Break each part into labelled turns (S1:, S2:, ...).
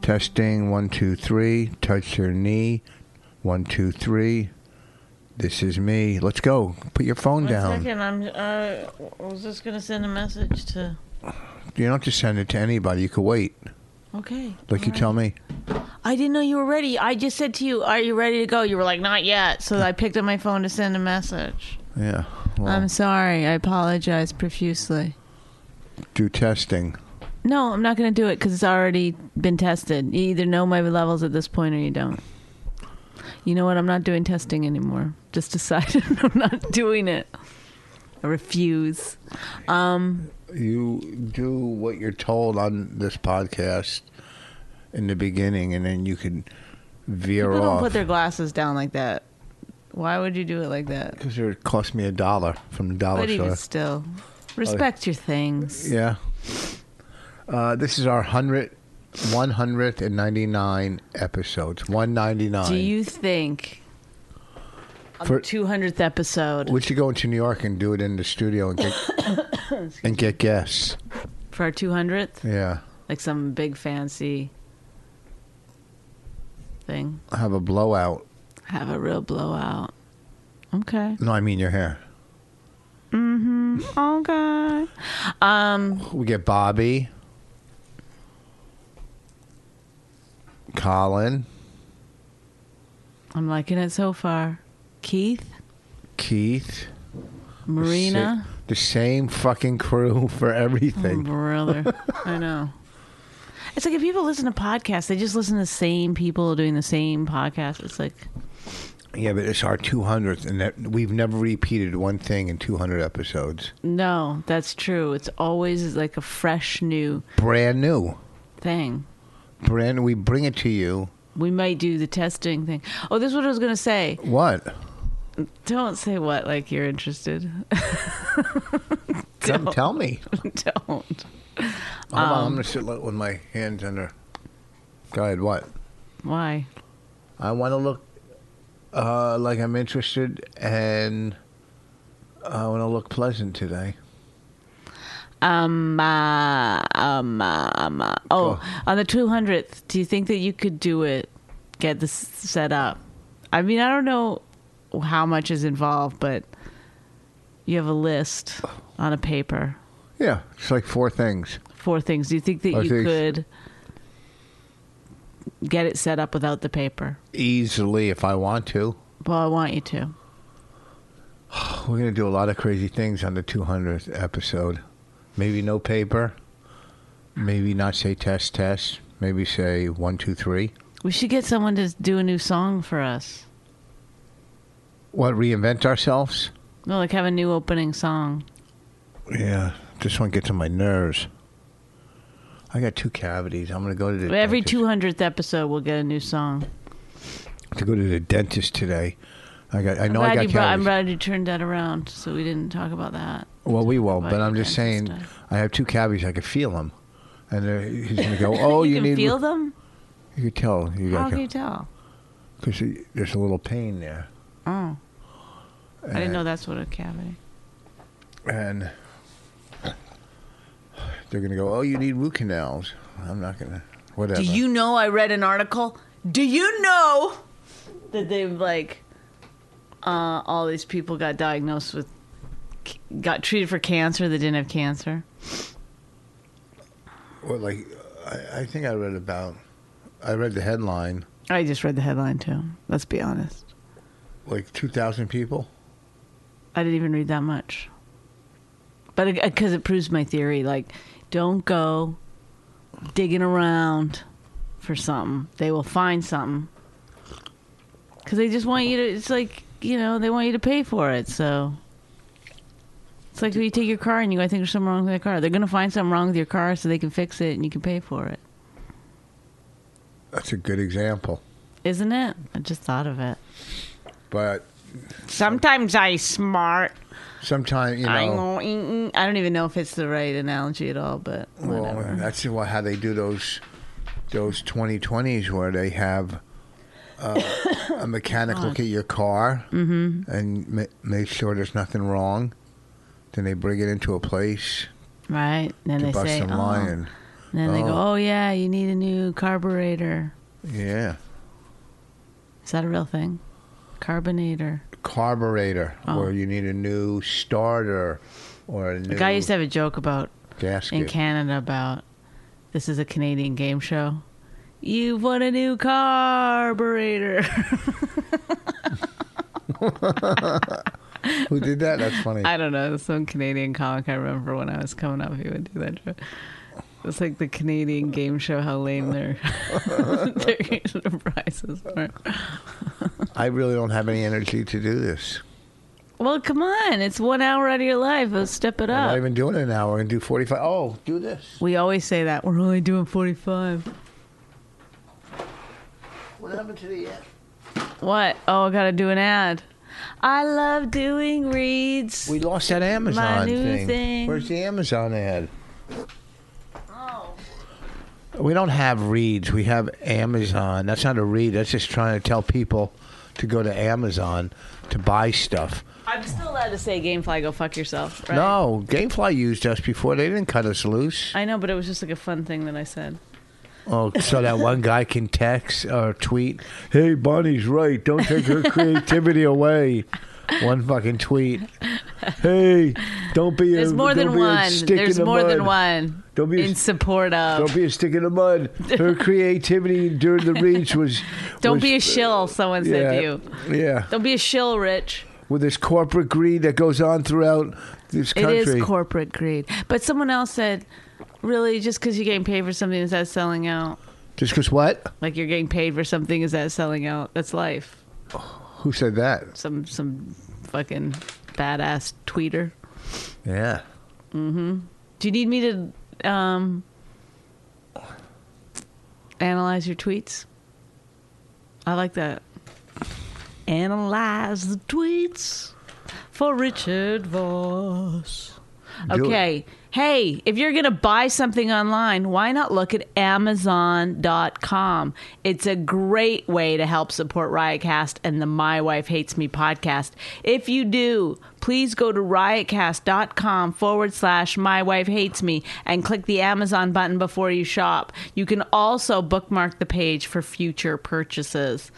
S1: Testing one, two, three. Touch your knee. One, two, three. This is me. Let's go. Put your phone
S2: One
S1: down.
S2: second, I'm. Uh, I was just gonna send a message to.
S1: You don't have to send it to anybody. You could wait.
S2: Okay.
S1: Like you tell me.
S2: I didn't know you were ready. I just said to you, "Are you ready to go?" You were like, "Not yet." So I picked up my phone to send a message.
S1: Yeah. Well,
S2: I'm sorry. I apologize profusely.
S1: do testing.
S2: No, I'm not gonna do it because it's already been tested. You either know my levels at this point or you don't. You know what? I'm not doing testing anymore. Just decided I'm not doing it. I refuse. Um,
S1: You do what you're told on this podcast in the beginning, and then you can veer
S2: People don't
S1: off.
S2: put their glasses down like that. Why would you do it like that?
S1: Because it cost me a dollar from the dollar
S2: But
S1: store.
S2: even still, respect your things.
S1: Yeah. Uh, this is our 100, 199 episodes. 199.
S2: Do you think on
S1: For-
S2: the 200th episode
S1: we should go into New York and do it in the studio and get, and get guests.
S2: for our 200th,
S1: Yeah.
S2: like some big fancy thing,
S1: Have a blowout.
S2: have a real blowout? Okay.
S1: No, I mean your hair.
S2: Okay. Um,
S1: We get Bobby, Colin,
S2: I'm liking it so far. Keith,
S1: Keith, the sa-
S2: Marina,
S1: The same fucking crew for
S2: Oh,
S1: everything.
S2: brother. I know. It's like if people listen to podcasts, they just listen to the same people doing the same podcast. It's like
S1: Yeah, but it's our 200th, and that, we've never repeated one thing in 200 episodes.
S2: No, that's true. It's always like a fresh new
S1: brand new.
S2: thing.
S1: Brand we bring it to you.
S2: We might do the testing thing. Oh, this is what I was going to say.
S1: What?
S2: Don't say what like you're interested.
S1: Come tell Um, me.
S2: Don't.
S1: Hold on, I'm gonna sit li- with my hands under. Go ahead. What?
S2: Why?
S1: I want to look uh, like I'm interested, and I want to look pleasant today.
S2: Um, uh, um, uh, um, uh. Oh, on the 200th, do you think that you could do it? Get this set up? I mean, I don't know how much is involved, but you have a list on a paper.
S1: Yeah, it's like four things.
S2: four things. Do you think that
S1: I
S2: you
S1: think-
S2: could get it set up without the paper?
S1: Easily, if I want to,
S2: Well, I want you to.
S1: we're gonna do a lot of crazy things on the 200th episode. Maybe no paper. Maybe not say test test. Maybe say one two three.
S2: We should get someone to do a new song for us.
S1: What? Reinvent ourselves.
S2: No, like have a new opening song.
S1: Yeah, this one gets on my nerves. I got two cavities. I'm gonna go to the
S2: Every
S1: dentist.
S2: two hundredth episode, we'll get a new song.
S1: to go to the dentist today. I got. I
S2: I'm
S1: know I
S2: glad
S1: got
S2: you brought,
S1: cavities.
S2: I'm glad you turned that around, so we didn't talk about that.
S1: well, we won't.
S2: brought
S1: But
S2: your
S1: I'm just saying,
S2: dentist
S1: I have two cavities. I can feel them, and they're- he's gonna go. Oh, you,
S2: you, can
S1: need.
S2: feel them.
S1: You can tell. You
S2: How
S1: got
S2: can you tell?
S1: because there's a little pain there.
S2: Oh, I didn't
S1: And-
S2: know that's what a cavity.
S1: And they're gonna go. Oh, you need root canals. I'm not gonna. Whatever.
S2: Do you know I read an article? Do you know that they've like uh, all these people got diagnosed with got treated for cancer that didn't have cancer?
S1: Well, like, I, I think I read about. I read the headline.
S2: I just read the headline too. Let's be honest.
S1: Like two thousand people.
S2: I didn't even read that much. But because it proves my theory, like don't go digging around for something. They will find something because they just want you to. It's like you know they want you to pay for it. So it's like when you take your car and you, I think there's something wrong with that car. They're gonna find something wrong with your car so they can fix it and you can pay for it,
S1: That's a good example.
S2: isn't it? I just thought of it.
S1: But
S2: Sometimes I smart.
S1: sometimes you
S2: I
S1: know,
S2: know. mm, mm. I don't even know if it's the right analogy at all, but
S1: well,
S2: whatever.
S1: that's wha- how they do those those 2020s where they have uh, a mechanic look at your car
S2: Mm-hmm.
S1: and ma- make sure there's nothing wrong. Then they bring it into a place
S2: right? Then
S1: to
S2: they
S1: bust
S2: say,
S1: some
S2: oh.
S1: lion.
S2: Then they go,
S1: Oh.
S2: "Oh yeah, you need a new carburetor."
S1: Yeah,
S2: Is that a real thing? Carbonator.
S1: carburetor,
S2: Oh.
S1: or you need a new starter, or a new
S2: Like I used to have a joke about
S1: gasket.
S2: in Canada about this is a Canadian game show. You've won a new carburetor.
S1: Who did that? That's funny.
S2: I don't know some Canadian comic I remember when I was coming up. He would do that. Joke. It's like the Canadian game show. How lame their their prizes were.
S1: I really don't have any energy to do this.
S2: Well, come on, it's one hour out of your life. Let's step it
S1: I'm not
S2: up.
S1: even doing it now. We're gonna do forty-five. Oh, do this.
S2: We always say that we're only doing forty five.
S1: What happened to the?
S2: What? Oh, I gotta do an ad. I love doing reads.
S1: We lost that Amazon
S2: new
S1: thing.
S2: thing.
S1: Where's the Amazon ad?
S2: oh.
S1: We don't have reads. We have Amazon. That's not a read. That's just trying to tell people to go to Amazon to buy stuff.
S2: I'm still allowed to say Gamefly, go fuck yourself. Right?
S1: No, GameFly used us before. They didn't cut us loose.
S2: I know, but it was just like a fun thing that I said.
S1: Oh, so that one guy can text or tweet, "Hey, Bonnie's right. Don't take her creativity away." One fucking tweet. Hey, don't be.
S2: There's
S1: a,
S2: more
S1: don't
S2: than
S1: be a
S2: one.
S1: stick in
S2: There's
S1: the
S2: more than
S1: mud.
S2: one.
S1: Don't be a
S2: in
S1: s-
S2: support of.
S1: Don't be a stick in the mud. Her creativity during the reach was.
S2: Don't
S1: was-
S2: be a shill, someone
S1: yeah,
S2: said to you.
S1: Yeah,
S2: Don't be a shill, Rich.
S1: with this corporate greed that goes on throughout this country.
S2: It is corporate greed. But someone else said, really, just because you're getting paid for something, is that selling out?
S1: Just because what?
S2: Like you're getting paid for something, is that selling out? That's life.
S1: Who said that?
S2: Some some fucking badass tweeter.
S1: Yeah.
S2: Do you need me to um, analyze your tweets? I like that. Analyze the tweets for Richard Voss.
S1: Do it.
S2: Okay. Hey, if you're going to buy something online, why not look at Amazon.com? It's a great way to help support Riotcast and the My Wife Hates Me podcast. If you do, please go to riotcast.com forward slash My Wife Hates Me and click the Amazon button before you shop. You can also bookmark the page for future purchases.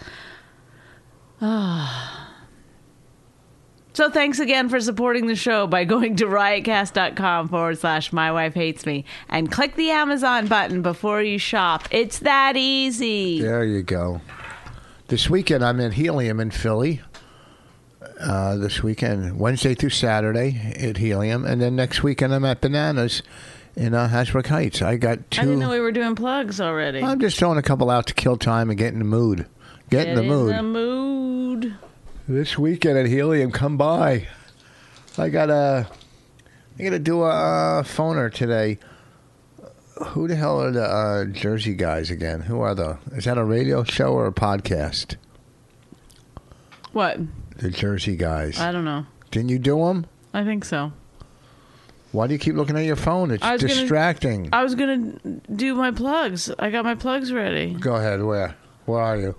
S2: So thanks again for supporting the show by going to riotcast.com forward slash my wife hates me and click the Amazon button before you shop. It's that easy.
S1: There you go. This weekend I'm in Helium in Philly. Uh, this weekend, Wednesday through Saturday at Helium, and then next weekend I'm at Bananas in uh, Hasbrook Heights. I got two.
S2: I didn't know we were doing plugs already.
S1: I'm just throwing a couple out to kill time and get in the mood. Get, in the mood.
S2: the mood.
S1: this weekend at Helium, come by. I got a. I got to do a uh, phoner today. Who the hell are the uh, Jersey guys again? Who are the? Is that a radio show or a podcast?
S2: What?
S1: The Jersey guys.
S2: I don't know.
S1: Didn't you do them?
S2: I think so.
S1: Why do you keep looking at your phone? It's
S2: I was gonna-
S1: distracting.
S2: I was going to do my plugs. I got my plugs ready.
S1: Go ahead. Where? Where are you?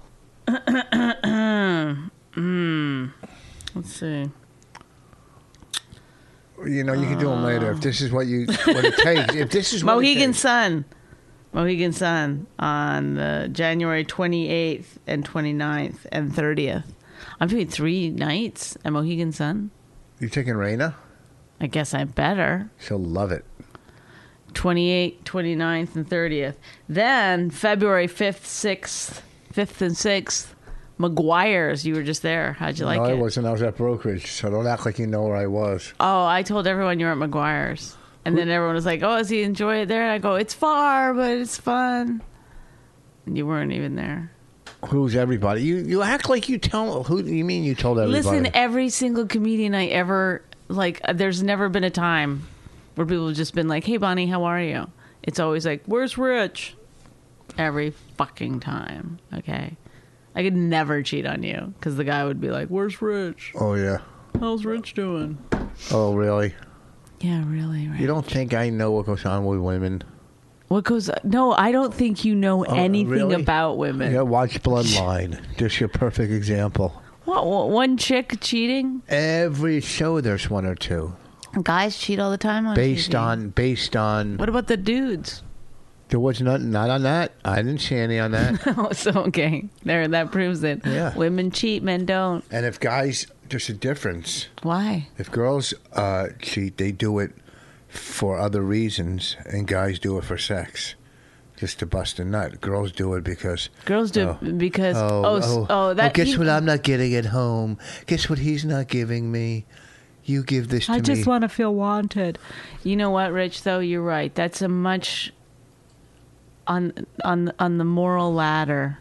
S2: Let's see.
S1: You know, you can do them later if this is what you what it takes. If this is what
S2: Mohegan
S1: it takes.
S2: Sun. Mohegan Sun on uh, January 28th and 29th and 30th. I'm doing three nights at Mohegan Sun.
S1: You taking Raina?
S2: I guess I better.
S1: She'll love it.
S2: 28th, 29th, and 30th. Then February 5th, 6th, 5th, and 6th, McGuire's. You were just there. How'd you like
S1: no, I
S2: it?
S1: wasn't. I was at brokerage, so don't act like you know where I was.
S2: Oh, I told everyone you were at McGuire's. And then everyone was like, oh, does he enjoy it there? And I go, it's far, but it's fun. And you weren't even there.
S1: Who's everybody? You you act like you tell who you mean you told everybody.
S2: Listen, every single comedian I ever like, uh, there's never been a time where people have just been like, "Hey, Bonnie, how are you?" It's always like, "Where's Rich?" Every fucking time. Okay, I could never cheat on you because the guy would be like, "Where's Rich?
S1: oh yeah.
S2: How's Rich doing?"
S1: Oh really?
S2: Yeah, really. Right.
S1: You don't think I know what goes on with women?
S2: what goes? No, I don't think you know anything
S1: Oh, really?
S2: about women.
S1: Yeah, watch Bloodline. Just your perfect example.
S2: What, what? One chick cheating?
S1: Every show there's one or two
S2: Guys cheat all the time on
S1: based
S2: TV.
S1: on based on.
S2: What about the dudes?
S1: There was not not on that. I didn't see any on that.
S2: Oh, so okay. There, that proves it.
S1: Yeah.
S2: Women cheat, men don't.
S1: and if guys, there's a difference.
S2: Why?
S1: If girls uh, cheat, they do it for other reasons, and guys do it for sex, just to bust a nut. Girls do it because
S2: Girls do
S1: Oh.
S2: it because oh oh, s- oh, that
S1: guess
S2: you-
S1: what I'm not getting at home. Guess what he's not giving me. You give this to
S2: I
S1: me.
S2: just want to feel wanted. You know what, Rich? Though you're right. That's a much on on on the moral ladder.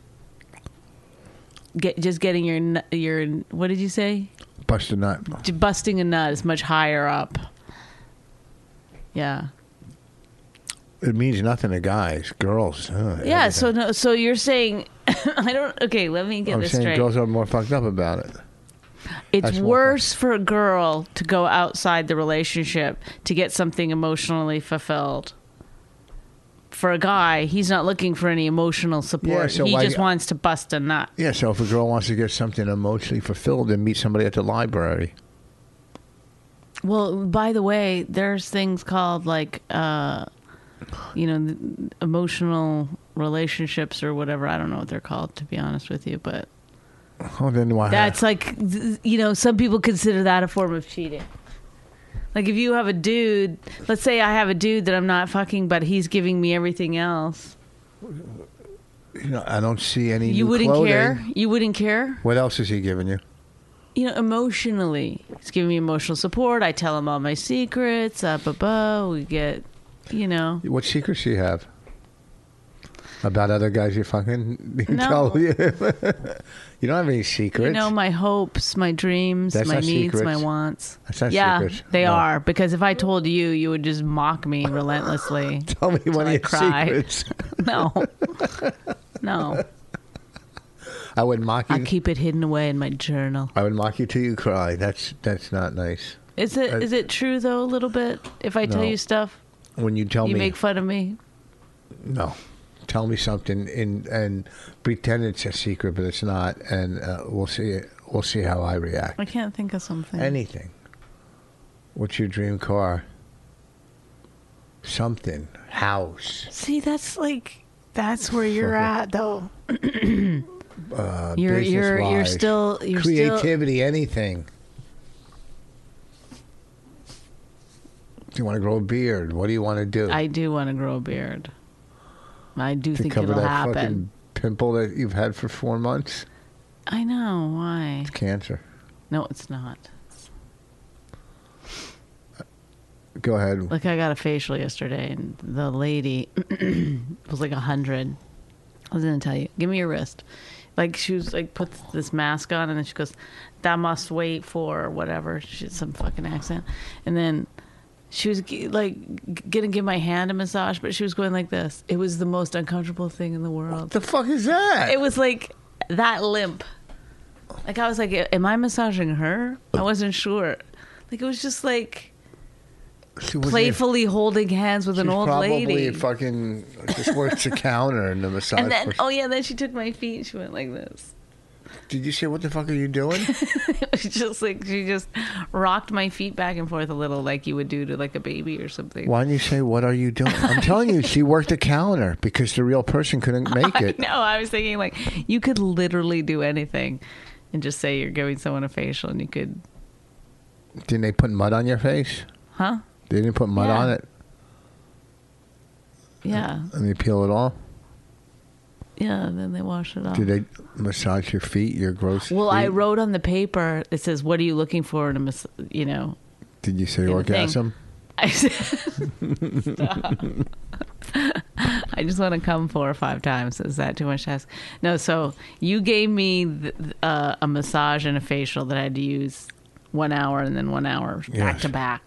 S2: Get just getting your nu- your what did you say?
S1: bust a nut.
S2: J- Busting a nut is much higher up. Yeah.
S1: It means nothing to guys. Girls. uh,
S2: Yeah.
S1: everything.
S2: So no. So you're saying I don't. Okay. Let me get
S1: I'm
S2: this
S1: saying
S2: straight.
S1: girls are more fucked up about it.
S2: It's
S1: That's more
S2: worse for a girl to go outside the relationship to get something emotionally fulfilled. For a guy, he's not looking for any emotional support.
S1: Yeah, so
S2: he
S1: why-
S2: just wants to bust a nut.
S1: Yeah, so if a girl wants to get something emotionally fulfilled, then meet somebody at the library.
S2: Well, by the way, there's things called like, uh, you know, th- emotional relationships or whatever. I don't know what they're called, to be honest with you, but
S1: Oh, then why?
S2: That's like, th- you know, some people consider that a form of cheating. Like if you have a dude, let's say I have a dude that I'm not fucking, but he's giving me everything else.
S1: You know, I don't see any.
S2: You
S1: new
S2: wouldn't
S1: clothing.
S2: care. You wouldn't care.
S1: What else is he giving you?
S2: You know, emotionally, he's giving me emotional support. I tell him all my secrets. Uh, ba ba. We get, you know.
S1: What secrets do you have about other guys you fucking? You
S2: No.
S1: tell you. you don't have any secrets.
S2: You know my hopes, my dreams,
S1: That's
S2: my
S1: not
S2: needs, my
S1: secrets.
S2: wants.
S1: That's not
S2: yeah,
S1: secrets.
S2: they
S1: No.
S2: are because if I told you, you would just mock me relentlessly.
S1: tell me one of
S2: I
S1: your
S2: cry.
S1: secrets.
S2: No, no.
S1: I would mock
S2: I
S1: you.
S2: keep it hidden away in my journal.
S1: I would mock you till you cry. That's that's not nice.
S2: Is it is
S1: I-
S2: it true though? A little bit. If I tell
S1: No.
S2: you stuff,
S1: When you tell
S2: you
S1: me
S2: make fun of me.
S1: no, tell me something in and pretend it's a secret, but it's not, and uh, we'll see. We'll see how I react.
S2: I can't think of something.
S1: Anything. What's your dream car? Something. House.
S2: See, that's like that's where you're
S1: Okay.
S2: at though.
S1: Uh,
S2: You're
S1: business
S2: you're you're
S1: wise.
S2: still you're still.
S1: creativity, anything. Do you want to grow a beard? What do you want to do?
S2: I do want to grow a beard. I do
S1: to
S2: think
S1: cover
S2: it'll
S1: that
S2: happen.
S1: fucking pimple that you've had for four months?
S2: I know why.
S1: Cancer.
S2: No, it's not.
S1: Go ahead.
S2: Like I got a facial yesterday, and the lady was like a hundred. I was gonna tell you, give me your wrist. Like she was like puts this mask on, and then she goes, "That must wait for whatever." She had some fucking accent, and then she was g- like g- gonna give my hand a massage, but she was going like this. It was the most uncomfortable thing in the world.
S1: the fuck is that?
S2: It was like that limp. Like I was like, "Am I massaging her?" I wasn't sure. Like it was just like
S1: She wasn't
S2: playfully holding hands with
S1: even-
S2: an
S1: she's
S2: old
S1: probably
S2: lady.
S1: fucking just works the counter and the massage.
S2: and then,
S1: person.
S2: oh yeah, then she took my feet. and She went like this.
S1: Did you say what the fuck are you doing?
S2: She just like she just rocked my feet back and forth a little, like you would do to like a baby or something.
S1: Why didn't you say what are you doing? I'm telling you, she worked the counter because the real person couldn't make
S2: I
S1: it.
S2: know. I was thinking like you could literally do anything, and just say you're giving someone a facial, and you could,
S1: Didn't they put mud on your face?
S2: huh?
S1: They didn't put mud
S2: Yeah.
S1: on it
S2: Yeah.
S1: and they peel it all.
S2: yeah, and then they wash it off.
S1: Do they massage your feet? Your gross.
S2: Oh. well, I
S1: feet?
S2: wrote on the paper. It says, "What are you looking for in a mis- you know?"
S1: Did you say
S2: the
S1: orgasm?
S2: I said, Stop. I just want to come four or five times. Is that too much to ask? No. So you gave me th- th- uh, a massage and a facial that I had to use one hour and then one hour back
S1: Yes.
S2: to back.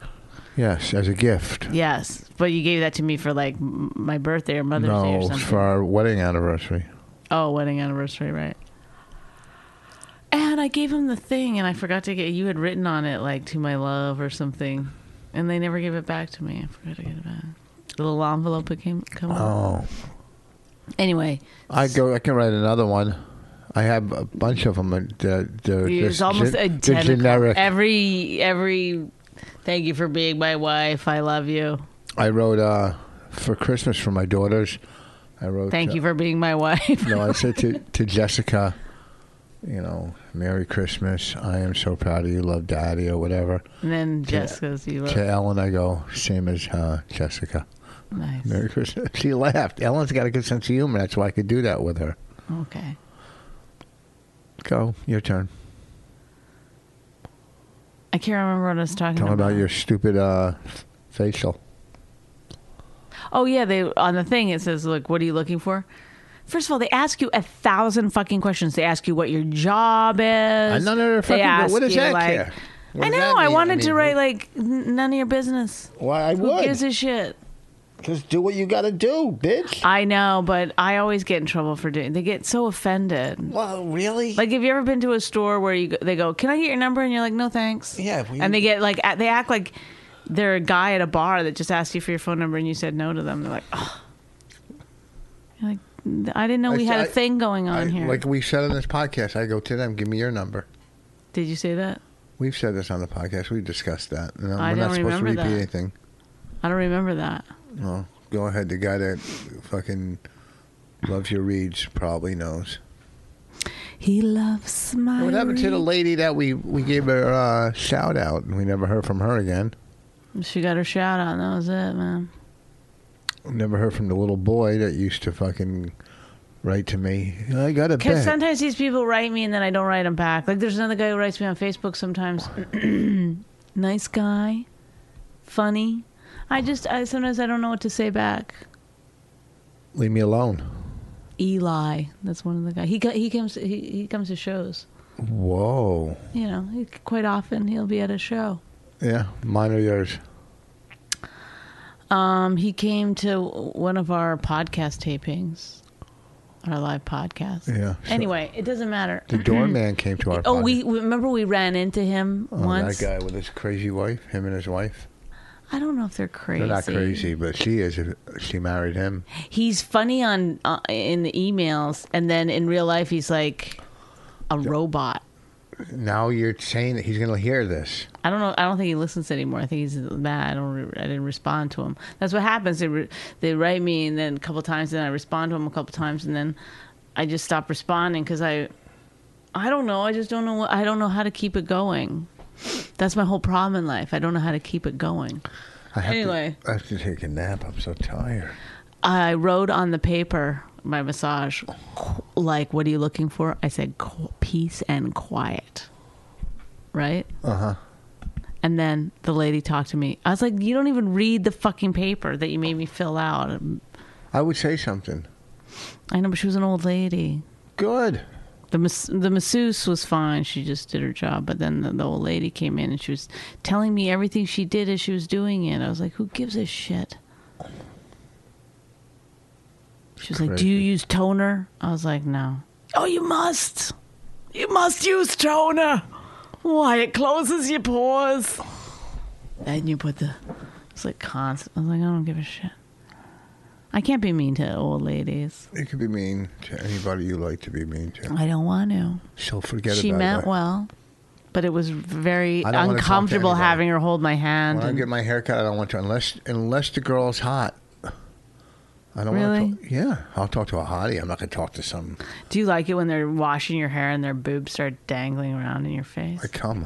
S1: Yes, as a gift.
S2: Yes, but you gave that to me for like m- my birthday or Mother's Day or
S1: No,
S2: something.
S1: for our wedding anniversary.
S2: Oh, wedding anniversary, right. And I gave him the thing, and I forgot to get. You had written on it like "to my love" or something, and they never gave it back to me. I forgot to get it back. The little envelope it came. Come out.
S1: Oh,
S2: Anyway,
S1: I go. I can write another one. I have a bunch of them. They're, they're
S2: it's
S1: just gen-
S2: almost
S1: they're
S2: identical.
S1: generic.
S2: Every every. Thank you for being my wife. I love you.
S1: I wrote uh, for Christmas for my daughters. I wrote.
S2: Thank
S1: uh,
S2: you for being my wife.
S1: No, I said to, to Jessica, you know, Merry Christmas. I am so proud of you. Love Daddy or whatever.
S2: and then Jessica's you look
S1: To Ellen, I go, same as uh, Jessica.
S2: nice.
S1: Merry Christmas. She laughed. Ellen's got a good sense of humor. That's why I could do that with her.
S2: Okay.
S1: Go, your turn.
S2: I can't remember what I was talking
S1: Tell me about your stupid uh, facial.
S2: Oh yeah, they on the thing it says like, what are you looking for? First of all, they ask you a thousand fucking questions. They ask you what your job is.
S1: I know, no, no,
S2: They
S1: fucking-
S2: ask
S1: what does
S2: you,
S1: that
S2: like-
S1: care? What
S2: I
S1: does that
S2: know. I
S1: mean?
S2: wanted
S1: I mean,
S2: to write
S1: who-
S2: like "N- none of your business.
S1: Why, I
S2: Who gives
S1: would.
S2: a shit?
S1: Just do what you got to do, bitch.
S2: I know, but I always get in trouble for doing. They get so offended.
S1: well, really?
S2: Like, have you ever been to a store where you go, they go, "Can I get your number?" and you're like, "No, thanks."
S1: Yeah, we-
S2: and they get like a- they act like they're a guy at a bar that just asked you for your phone number and you said no to them. They're like, "Oh." You're like, I didn't know
S1: I
S2: we
S1: th-
S2: had a
S1: I-
S2: thing going
S1: I-
S2: on here.
S1: Like we said on this podcast, I go to them, give me your number.
S2: Did you say that?
S1: We've said this on the podcast. We discussed that. No,
S2: I
S1: we're not
S2: don't
S1: supposed to
S2: remember
S1: repeat
S2: that.
S1: anything.
S2: I don't remember that.
S1: No. Go ahead. The guy that fucking loves your reads probably knows.
S2: He loves my.
S1: What happened to the
S2: reach.
S1: lady that we, we gave her uh, shout out and we never heard from her again?
S2: She got her shout out. And that was it, man.
S1: Never heard from the little boy that used to fucking write to me. I got a
S2: Because
S1: bet.
S2: sometimes these people write me and then I don't write them back. Like there's another guy who writes me on Facebook sometimes. nice guy, funny. I just I, sometimes I don't know what to say back.
S1: Leave me alone.
S2: Eli, that's one of the guys. He co- he comes he, he comes to shows.
S1: Whoa.
S2: You know, he, quite often he'll be at a show.
S1: Yeah, mine or yours.
S2: Um, he came to one of our podcast tapings, our live podcast.
S1: Yeah. so
S2: Anyway, it doesn't matter.
S1: The doorman came to our
S2: Oh,
S1: podcast.
S2: we we- remember we ran into him
S1: Oh,
S2: once.
S1: That guy with his crazy wife, him and his wife.
S2: I don't know if they're crazy.
S1: They're not crazy, but she is. if She married him.
S2: He's funny on uh, in the emails, and then in real life, he's like a robot.
S1: Now you're saying that he's going to hear this.
S2: I don't know. I don't think he listens anymore. I think he's mad. I don't. Re- I didn't respond to him. That's what happens. They re- they write me, and then a couple times, and I respond to him a couple times, and then I just stop responding because I, I don't know. I just don't know. What, I don't know how to keep it going. That's my whole problem in life. I don't know how to keep it going.
S1: I have
S2: Anyway.
S1: to, I have to take a nap. I'm so tired.
S2: I wrote on the paper my massage, qu- like, what are you looking for? I said, qu- peace and quiet. Right?
S1: Uh huh.
S2: And then the lady talked to me. I was like, you don't even read the fucking paper that you made me fill out.
S1: I would say something.
S2: I know, but she was an old lady.
S1: Good.
S2: The, mas- the masseuse was fine. She just did her job. But then the, the old lady came in and she was telling me everything she did as she was doing it. I was like, who gives a shit? She was like, do you
S1: Crazy.
S2: use toner? I was like, no. Oh, you must. You must use toner. Why? It closes your pores. Then you put the. It's like constant. I was like, I don't give a shit. I can't be mean to old ladies.
S1: You could be mean to anybody you like to be mean to.
S2: I don't want to
S1: So forget
S2: she
S1: about
S2: meant
S1: it.
S2: well, but it was very
S1: I don't wanna talk to
S2: uncomfortable
S1: anybody.
S2: having her hold my hand.
S1: When I
S2: and-
S1: get my haircut, I don't want to unless unless the girl's hot. I don't
S2: Really?
S1: want to. Yeah, I'll talk to a hottie. I'm not going to talk to some.
S2: do you like it when they're washing your hair and their boobs start dangling around in your face?
S1: I come.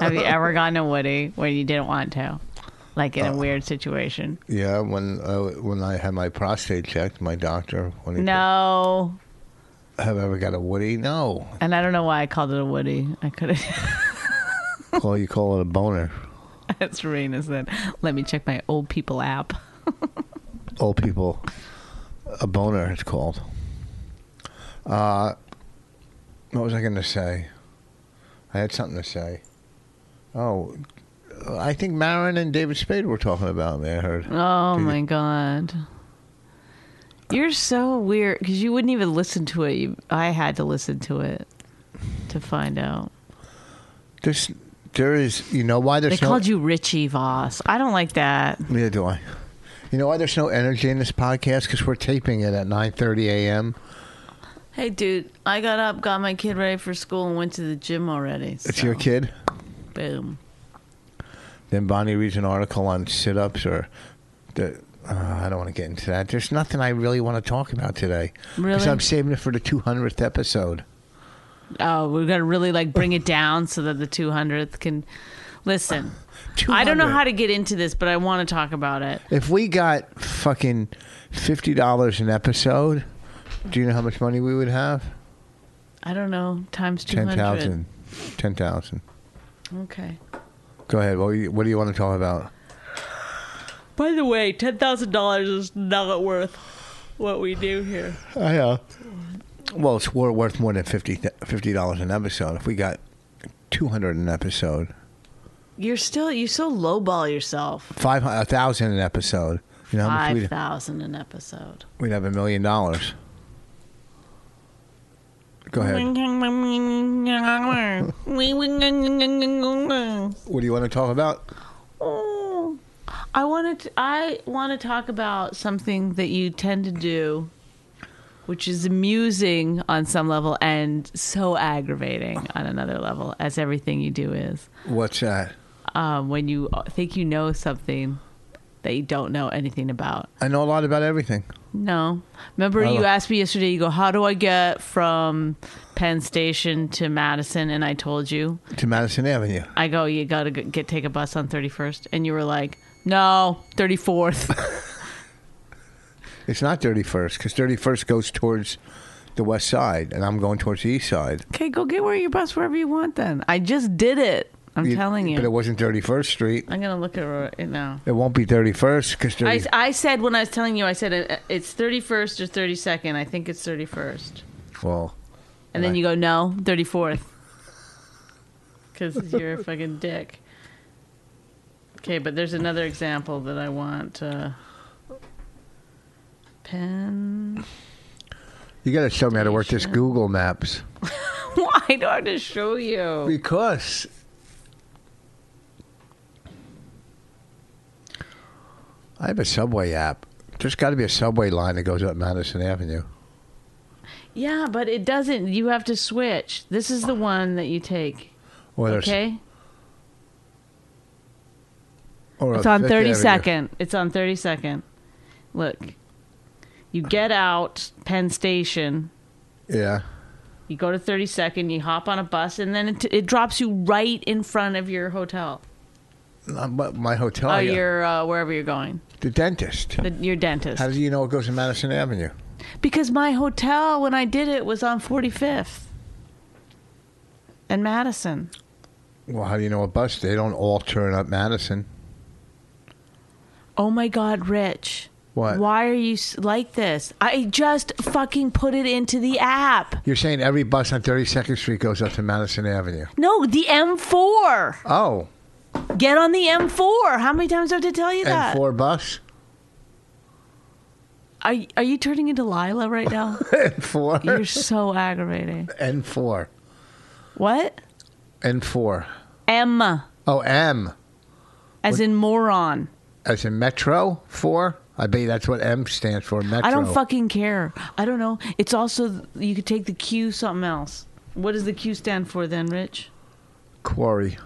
S2: Have you ever gotten a Woody when you didn't want to? like
S1: Uh,
S2: in a weird situation.
S1: Yeah, when uh, when I had my prostate checked, my doctor when he
S2: No,
S1: put- have I ever got a Woody? No,
S2: and I don't know why I called it a Woody. I could have.
S1: call you call it a boner.
S2: That's Serena said. Let me check my old people app.
S1: Old people, a boner. It's called. Uh, what was I going to say? I had something to say. Oh, I think Marin and David Spade were talking about me. I heard.
S2: Oh
S1: Did you-
S2: my god. You're so weird because you wouldn't even listen to it. You, I had to listen to it to find out.
S1: There's, there is. You know why
S2: They
S1: there's no.
S2: called you Richie Voss. I don't like that.
S1: Neither do I. You know why there's no energy in this podcast? Because we're taping it at 9:30 a.m.
S2: Hey, dude, I got up, got my kid ready for school, and went to the gym already.
S1: It's
S2: so,
S1: your kid.
S2: Boom.
S1: Then Bonnie reads an article on sit-ups or the. Uh, I don't want to get into that. There's nothing I really want to talk about today. 'Cause
S2: Really?
S1: I'm saving it for the 200th episode.
S2: Oh, we're gonna really like bring it down so that the 200th can listen. I don't know
S1: 200.
S2: how to get into this, but I want to talk about it.
S1: If we got fucking fifty dollars an episode, do you know how much money we would have?
S2: I don't know times 200.
S1: Ten thousand. Ten thousand.
S2: Okay.
S1: Go ahead. What, you- what do you want to talk about?
S2: By the way, ten thousand dollars is not worth what we do here.
S1: I uh, well, it's wor- worth more than 50 dollars an episode. If we got two hundred an episode,
S2: You're still you so lowball yourself.
S1: five a thousand an episode, you know, how much
S2: Five
S1: we'd,
S2: thousand an episode.
S1: we'd have a million dollars. Go ahead. What do you want to talk about?
S2: Oh, I wanted to, I want to talk about something that you tend to do, which is amusing on some level and so aggravating on another level, as everything you do is.
S1: What's that?
S2: Um, when you think you know something that you don't know anything about.
S1: I know a lot about everything.
S2: No, remember
S1: I
S2: you
S1: don't-
S2: asked me yesterday. You go, how do I get from Penn Station to Madison? And I told you.
S1: To Madison Avenue.
S2: I go, you gotta g- get take a bus on 31st, and you were like, no, 34th.
S1: It's not 31st because 31st goes towards the west side, and I'm going towards the east side.
S2: okay, go get where your bus wherever you want. Then I just did it. I'm telling you.
S1: But it wasn't 31st Street.
S2: I'm gonna look at it now.
S1: It won't be 31st because
S2: I, I said when I was telling you, I said uh, it's 31st or 32nd. I think it's 31st,
S1: well,
S2: and then
S1: Right.
S2: you go, no, 34th, because you're a fucking dick. Okay, but there's another example that I want. Uh, Penn.
S1: you got to show me how to work this Google Maps.
S2: Why do I have to show you?
S1: Because I have a subway app. There's got to be a subway line that goes up Madison Avenue.
S2: Yeah, but it doesn't. You have to switch. This is the one that you take.
S1: Or Oh, there's-
S2: Okay?
S1: or
S2: It's on
S1: Fifth Avenue.
S2: 32nd. It's on 32nd. Look. You get out Penn Station.
S1: Yeah.
S2: You go to 32nd, you hop on a bus, and then it, it drops you right in front of your hotel.
S1: Uh, But my hotel,
S2: Oh,
S1: yeah.
S2: your uh, wherever you're going,
S1: the dentist.
S2: the, your dentist.
S1: How do you know it goes to Madison Avenue?
S2: Because my hotel when I did it was on 45th and Madison.
S1: Well, how do you know a bus? They don't all turn up Madison.
S2: Oh my God, Rich.
S1: What?
S2: Why are you s- like this? I just fucking put it into the app.
S1: You're saying every bus on 32nd Street goes up to Madison Avenue.
S2: No, the M4.
S1: Oh,
S2: Get on the M4. How many times do I have to tell you that?
S1: and four bus?
S2: Are, are you turning into Lila right now?
S1: and four?
S2: You're so aggravating.
S1: And four.
S2: What?
S1: And four.
S2: M,
S1: Oh, M.
S2: as in moron.
S1: As in Metro? Four? I bet you that's what M stands for, Metro.
S2: I don't fucking care. I don't know. It's also, you could take the Q something else. What does the Q stand for then, Rich?
S1: Quarry.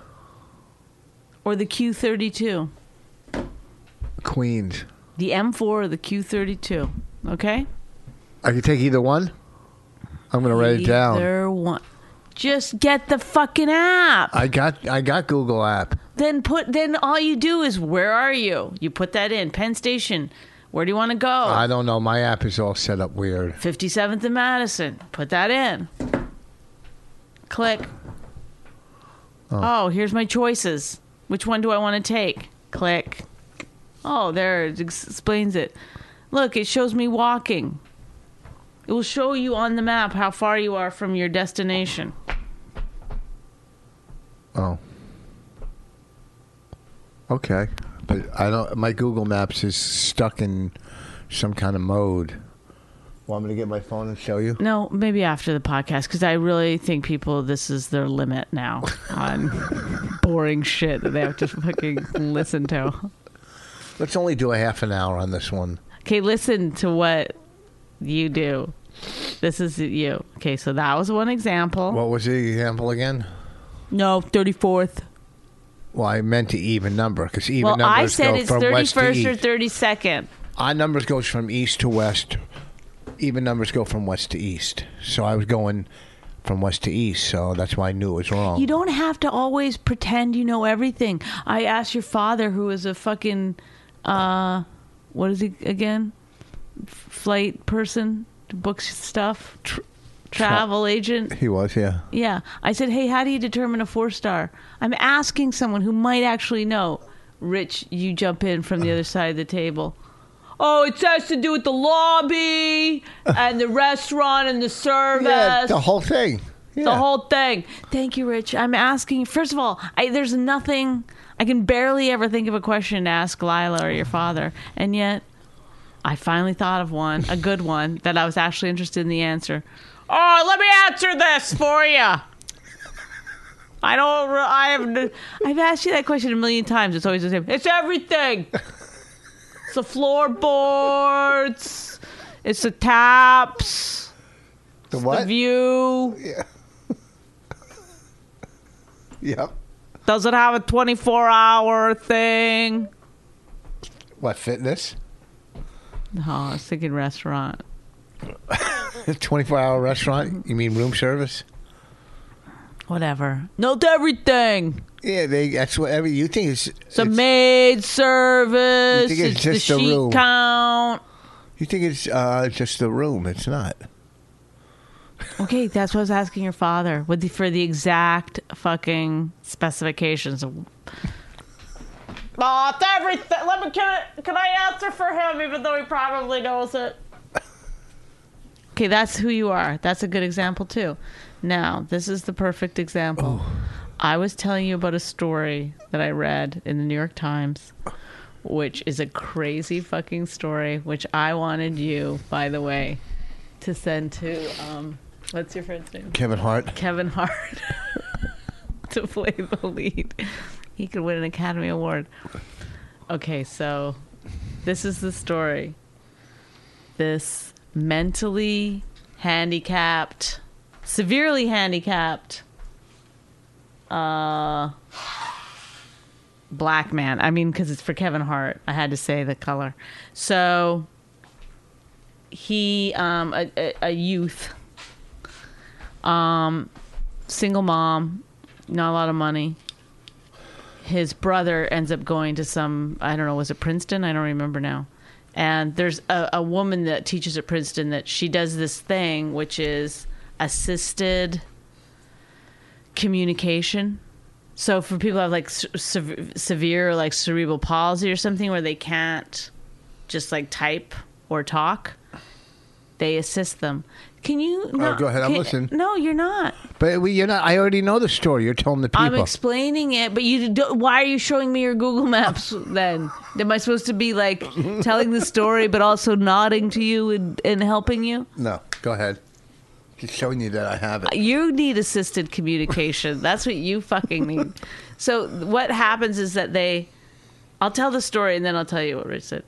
S2: Or the Q32?
S1: Queens.
S2: The M4 or the Q32? Okay?
S1: I could take either one? I'm going to write it down.
S2: Either one. Just get the fucking app.
S1: I got I got Google app.
S2: Then put then all you do is where are you? You put that in Penn Station. Where do you want to go?
S1: I don't know. My app is all set up weird.
S2: 57th and Madison. Put that in. Click. Oh. here's my choices. Which one do I want to take? Click. Oh, there it ex- explains it. Look, it shows me walking. It will show you on the map how far you are from your destination.
S1: Oh. Okay. But I don't my Google Maps is stuck in some kind of mode. Want me to get my phone and show you?
S2: No, maybe after the podcast because I really think people this is their limit now on boring shit that they have to fucking listen to.
S1: Let's only do a half an hour on this one.
S2: Okay, listen to what you do. This is you. Okay, so that was one example.
S1: What was the example again?
S2: no, thirty fourth.
S1: Well, I meant to even number because even
S2: Well,
S1: numbers
S2: I said
S1: go
S2: it's
S1: from
S2: thirty
S1: west to
S2: first
S1: east.
S2: or thirty second.
S1: Our numbers goes from east to west. Even numbers go from west to east. So I was going from west to east, so that's why I knew it was wrong.
S2: You don't have to always pretend you know everything. I asked your father, who is a fucking, uh, what is he again? F- Flight person, books stuff, travel agent.
S1: he was, yeah.
S2: Yeah. I said, hey, how do you determine a four star? I'm asking someone who might actually know. Rich, you jump in from the other side of the table. Oh, it has to do with the lobby and the restaurant and the service.
S1: Yeah, the whole thing.
S2: The
S1: Yeah.
S2: whole thing. Thank you, Rich. I'm asking. First of all, I, there's nothing. I can barely ever think of a question to ask Lila or your father, and yet I finally thought of one, a good one that I was actually interested in the answer. Oh, let me answer this for you. I don't. re- I have. n- I've asked you that question a million times. It's always the same. It's everything. It's the floorboards. It's the taps.
S1: The
S2: The
S1: what?
S2: view.
S1: Yep.
S2: Does it have a 24 hour thing?
S1: What fitness?
S2: No, I was thinking restaurant.
S1: Twenty-four hour restaurant? You mean room service?
S2: Whatever. Note everything.
S1: Yeah, they. That's what every you think is.
S2: It's a maid service.
S1: You think it's
S2: It's, the
S1: just a
S2: sheet
S1: room.
S2: count.
S1: you think it's uh, just the room? It's not.
S2: Okay, that's what I was asking your father with the, for the exact fucking specifications. Oh, it's everything. Let me can I, can I answer for him, even though he probably knows it. Okay, that's who you are. That's a good example too. Now, this is the perfect example. I was telling you about a story that I read in the New York Times, which is a crazy fucking story. Which I wanted you, by the way, to send to um, what's your friend's name?
S1: Kevin Hart.
S2: Kevin Hart to play the lead. He could win an Academy Award. Okay, so this is the story. This mentally handicapped, severely handicapped uh black man. I mean cuz it's for Kevin Hart. I had to say the color. So he um a, a, a youth single mom, not a lot of money. His brother ends up going to some, I don't know, was it Princeton? I don't remember now. And there's a, a woman that teaches at Princeton that she does this thing, which is assisted communication. So for people who have like se- sev- severe like cerebral palsy or something where they can't just like type or talk, they assist them. Can you? No,
S1: go ahead, I'm
S2: can-
S1: listening.
S2: No, you're not.
S1: But we, you're not. I already know the story. You're telling the people.
S2: I'm explaining it, but you. do why are you showing me your Google Maps then? Am I supposed to be like telling the story, but also nodding to you and, and helping you?
S1: no, go ahead. Just showing you that I have it.
S2: You need assisted communication. That's what you fucking need. So what happens is that they. I'll tell the story and then I'll tell you what Rich said.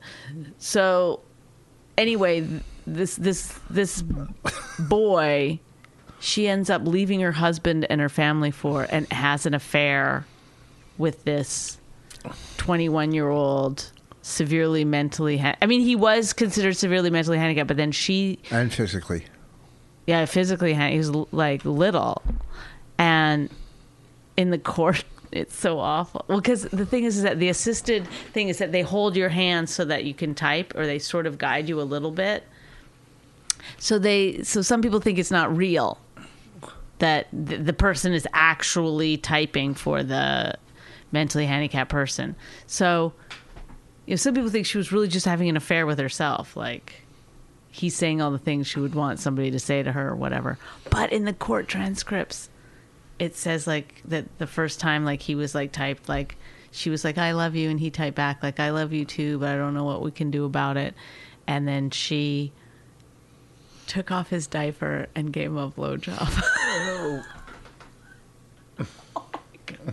S2: So, anyway, th- this this this boy, she ends up leaving her husband and her family for, and has an affair with this 21 year old severely mentally ha- i mean he was considered severely mentally handicapped but then she
S1: And physically.
S2: yeah, physically, hand- he was l- like little, and in the court It's so awful. Well, because the thing is, is that the assisted thing is that they hold your hand so that you can type, or they sort of guide you a little bit. So they, so some people think it's not real that th- the person is actually typing for the mentally handicapped person. So, you know, some people think she was really just having an affair with herself, like he's saying all the things she would want somebody to say to her or whatever. But in the court transcripts, it says like that the first time like he was like typed like she was like I love you and he typed back like I love you too, but I don't know what we can do about it. And then she took off his diaper and gave him a blowjob.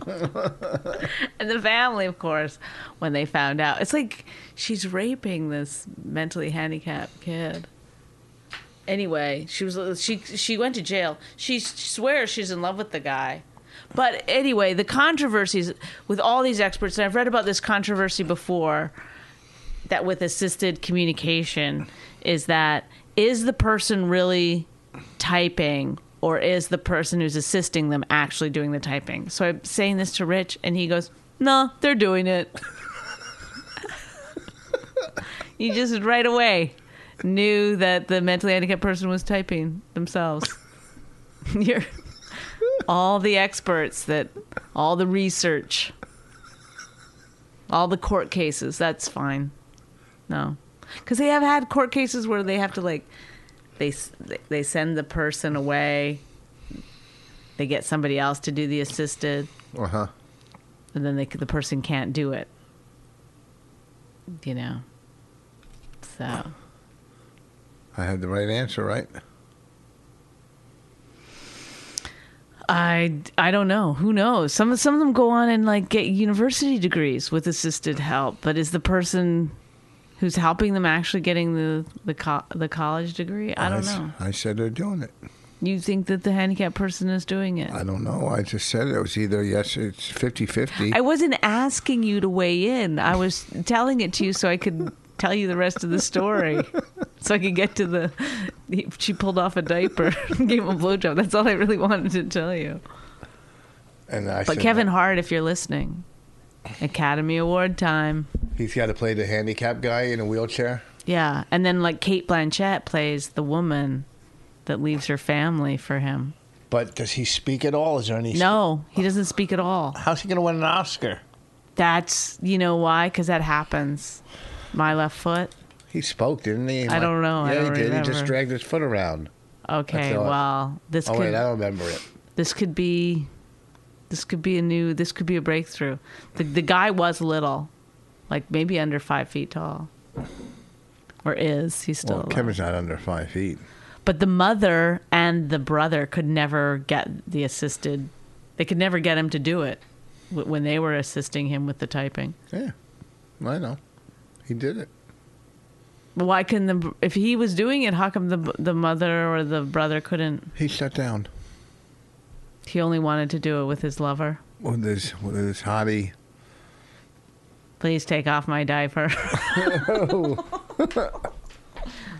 S2: and the family, of course, when they found out, it's like she's raping this mentally handicapped kid. Anyway, she was she she went to jail. She swears she's in love with the guy. But anyway, the controversies with all these experts, and I've read about this controversy before that with assisted communication is that is the person really typing or is the person who's assisting them actually doing the typing? So I'm saying this to Rich, and he goes, No, they're doing it. you just right away knew that the mentally handicapped person was typing themselves. You're all the experts that all the research, all the court cases, that's fine. No. Because they have had court cases where they have to like they they send the person away. They get somebody else to do the assisted,
S1: Uh huh.
S2: and then they, the person can't do it. You know. So
S1: I had the right answer, right?
S2: I I don't know. Who knows? Some some of them go on and like get university degrees with assisted help, but is the person who's helping them actually getting the the co- the college degree? I don't
S1: s-
S2: know.
S1: I said they're doing it.
S2: You think that the handicapped person is doing it?
S1: I don't know. I just said it was either yes, it's 50 50.
S2: I wasn't asking you to weigh in. I was telling it to you so I could tell you the rest of the story. So I could get to the. he- She pulled off a diaper and gave him a blowjob. That's all I really wanted to tell you.
S1: And I
S2: But
S1: said
S2: Kevin Hart, if you're listening, Academy Award time.
S1: he's got to play the handicapped guy in a wheelchair.
S2: Yeah. And then, like, Kate Blanchett plays the woman that leaves her family for him.
S1: But does he speak at all? Is there any?
S2: No, he doesn't speak at all.
S1: How's he going to win an Oscar?
S2: That's, you know why? Because that happens. My left foot.
S1: He spoke, didn't he?
S2: I don't know. I
S1: Yeah,
S2: don't
S1: he did. He just
S2: remember.
S1: dragged his foot around.
S2: Okay,
S1: thought-
S2: well, this
S1: Oh
S2: could
S1: wait, I don't remember it.
S2: this could be this could be a new this could be a breakthrough. The the guy was little, like maybe under five feet tall, or is he's still?
S1: Well,
S2: alive.
S1: Kevin's not under five feet.
S2: But the mother and the brother could never get the assisted. They could never get him to do it wh- when they were assisting him with the typing.
S1: Yeah, I know. He did it.
S2: Why couldn't the br- if he was doing it? How come the b- the mother or the brother couldn't?
S1: He shut down
S2: He only wanted to do it with his lover.
S1: with his with his hottie.
S2: Please take off my diaper.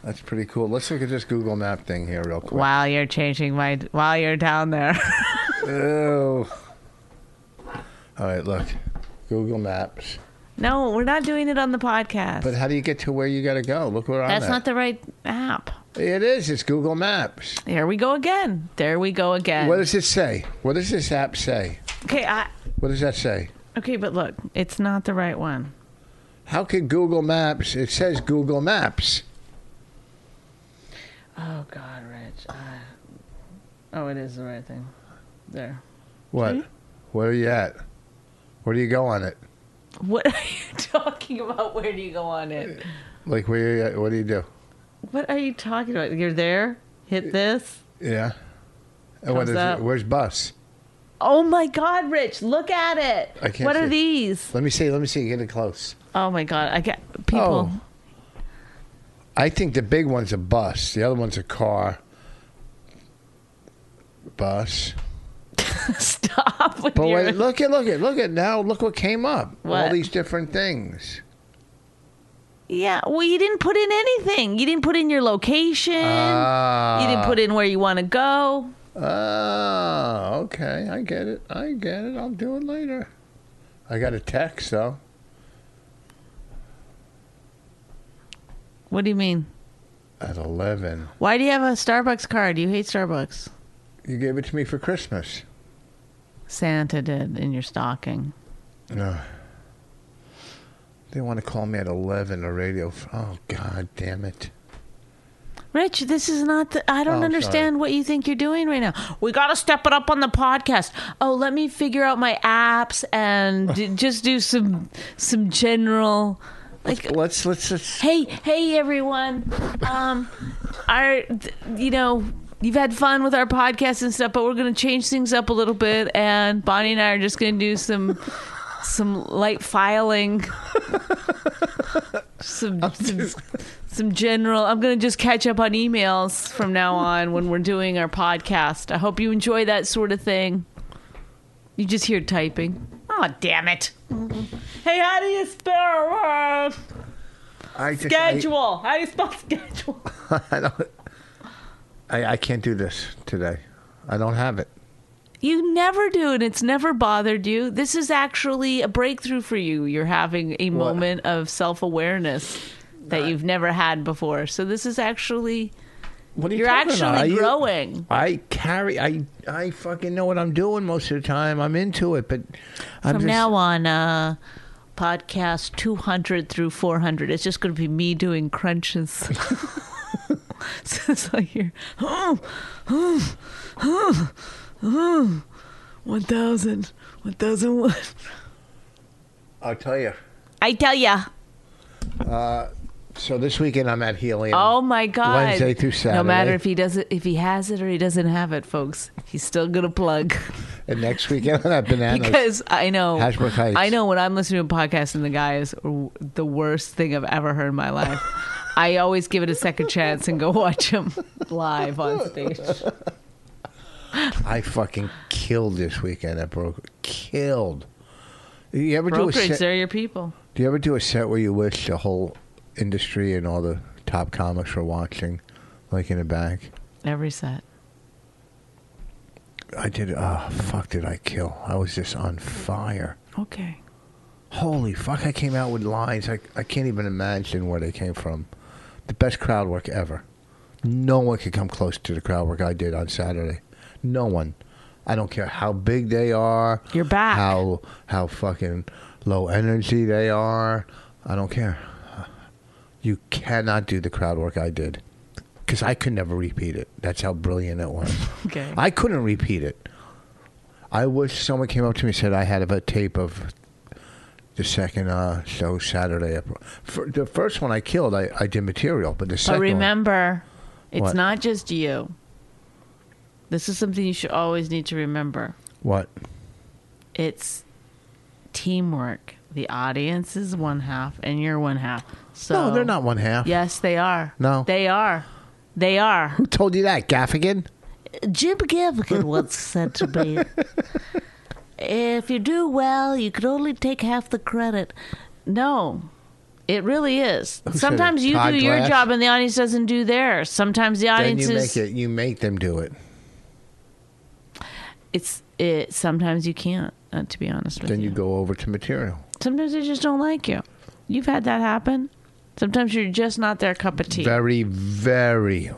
S1: That's pretty cool. Let's look at this Google Map thing here real quick.
S2: while you're changing my while you're down there.
S1: Ew. All right, look. Google Maps.
S2: no, we're not doing it on the podcast.
S1: But how do you get to where you got to go? Look where
S2: That's
S1: I'm
S2: not
S1: at.
S2: the right app.
S1: it is. It's Google Maps.
S2: Here we go again. There we go again.
S1: What does it say? What does this app say?
S2: okay, I,
S1: What does that say?
S2: okay, but look, it's not the right one.
S1: How can Google Maps? It says Google Maps.
S2: Oh God, Rich. I- oh, it is the right thing. There.
S1: What?
S2: Hmm?
S1: Where are you at? Where do you go on it?
S2: What are you talking about? Where do you go on it?
S1: Like where? You at? What do you do?
S2: What are you talking about? You're there. Hit this.
S1: Yeah. And what
S2: Comes
S1: is
S2: up.
S1: it? Where's bus?
S2: Oh my God, Rich! Look at it.
S1: I can't
S2: what are
S1: see.
S2: these?
S1: Let me see. Let me see. Get it close.
S2: Oh my God! I get people.
S1: Oh. I think the big one's a bus. The other one's a car. Bus.
S2: Stop with
S1: But
S2: your.
S1: wait, look at look at look at now. Look what came up. All
S2: What?
S1: these different things.
S2: Yeah, well, you didn't put in anything. You didn't put in your location.
S1: Ah.
S2: you didn't put in where you want to go.
S1: Oh, okay. I get it. I get it. I'll do it later. I got a text though.
S2: What do you mean?
S1: At eleven,
S2: Why do you have a Starbucks card? You hate Starbucks.
S1: you gave it to me for Christmas.
S2: Santa did in your stocking.
S1: No. They want to call me at eleven. A radio. f- Oh God damn it!
S2: Rich, this is not the. I
S1: Oh,
S2: don't
S1: I'm
S2: understand
S1: sorry.
S2: what you think you're doing right now. We got to step it up on the podcast. Oh, let me figure out my apps and d- just do some some general. Like,
S1: Let's let's just.
S2: hey, hey, everyone. Um, our, th- you know, you've had fun with our podcast and stuff, but we're going to change things up a little bit, and Bonnie and I are just going to do some some light filing. Some, some some general i'm gonna just catch up on emails from now on when we're doing our podcast i hope you enjoy that sort of thing you just hear typing oh damn it hey how do you spell uh,
S1: I just,
S2: schedule how do you spell schedule
S1: I, I don't. I I can't do this today. I don't have it.
S2: you never do and it's never bothered you this is actually a breakthrough for you you're having a
S1: What?
S2: moment of self-awareness that you've never had before so this is actually
S1: What are you
S2: you're
S1: talking
S2: actually
S1: about? I-
S2: growing
S1: I carry. I I fucking know what I'm doing most of the time. I'm into it, but I'm
S2: From
S1: just,
S2: now on, uh, podcast 200 through 400, it's just going to be me doing crunches. so it's like here, oh, oh, oh, oh, 1,000, 1,001.
S1: I'll tell you.
S2: I tell ya.
S1: So this weekend I'm at Helium.
S2: Oh my God!
S1: Wednesday through
S2: No matter
S1: Saturday.
S2: if he does it, if he has it or he doesn't have it, folks, he's still gonna plug
S1: And next weekend I'm at Bananas.
S2: because I know
S1: Hasbrook Heights.
S2: I know when I'm listening to a podcast and the guy is the worst thing I've ever heard in my life. I always give it a second chance and go watch him live on stage.
S1: I fucking killed this weekend at Broker. Killed. You ever do a
S2: Brokerage,
S1: set?
S2: they're your people.
S1: Do you ever do a set where you wish the whole industry and all the top comics were watching, like in the back?
S2: Every set.
S1: I did. Oh fuck! Did I kill? I was just on fire.
S2: Okay.
S1: Holy fuck! I came out with lines. I I can't even imagine where they came from. The best crowd work ever. No one could come close to the crowd work I did on Saturday. No one. I don't care how big they are.
S2: You're back.
S1: How how fucking low energy they are. I don't care. You cannot do the crowd work I did because I could never repeat it. That's how brilliant it was.
S2: Okay.
S1: I couldn't repeat it. I wish someone came up to me and said I had a tape of the second uh, show Saturday. For the first one I killed, I, I did material, but the
S2: But
S1: second
S2: remember, it's
S1: What?
S2: not just you. This is something you should always need to remember.
S1: one, what?
S2: It's teamwork. The audience is one half, and you're one half. So
S1: no, they're not one half.
S2: Yes, they are.
S1: No.
S2: They are. They are.
S1: Who told you that, Gaffigan?
S2: Jim Gaffigan once said to me, "If you do well, you can only take half the credit." No, it really is.
S1: said
S2: Sometimes
S1: it?
S2: you
S1: Todd
S2: do your
S1: Glass?
S2: job and the audience doesn't do theirs. Sometimes the
S1: Then
S2: audience
S1: you
S2: is
S1: make it. You make them do it.
S2: it's it. Sometimes you can't. Uh, to be honest with
S1: Then
S2: you,
S1: you go over to material.
S2: sometimes they just don't like you. You've had that happen. Sometimes you're just not their cup of tea.
S1: Very, very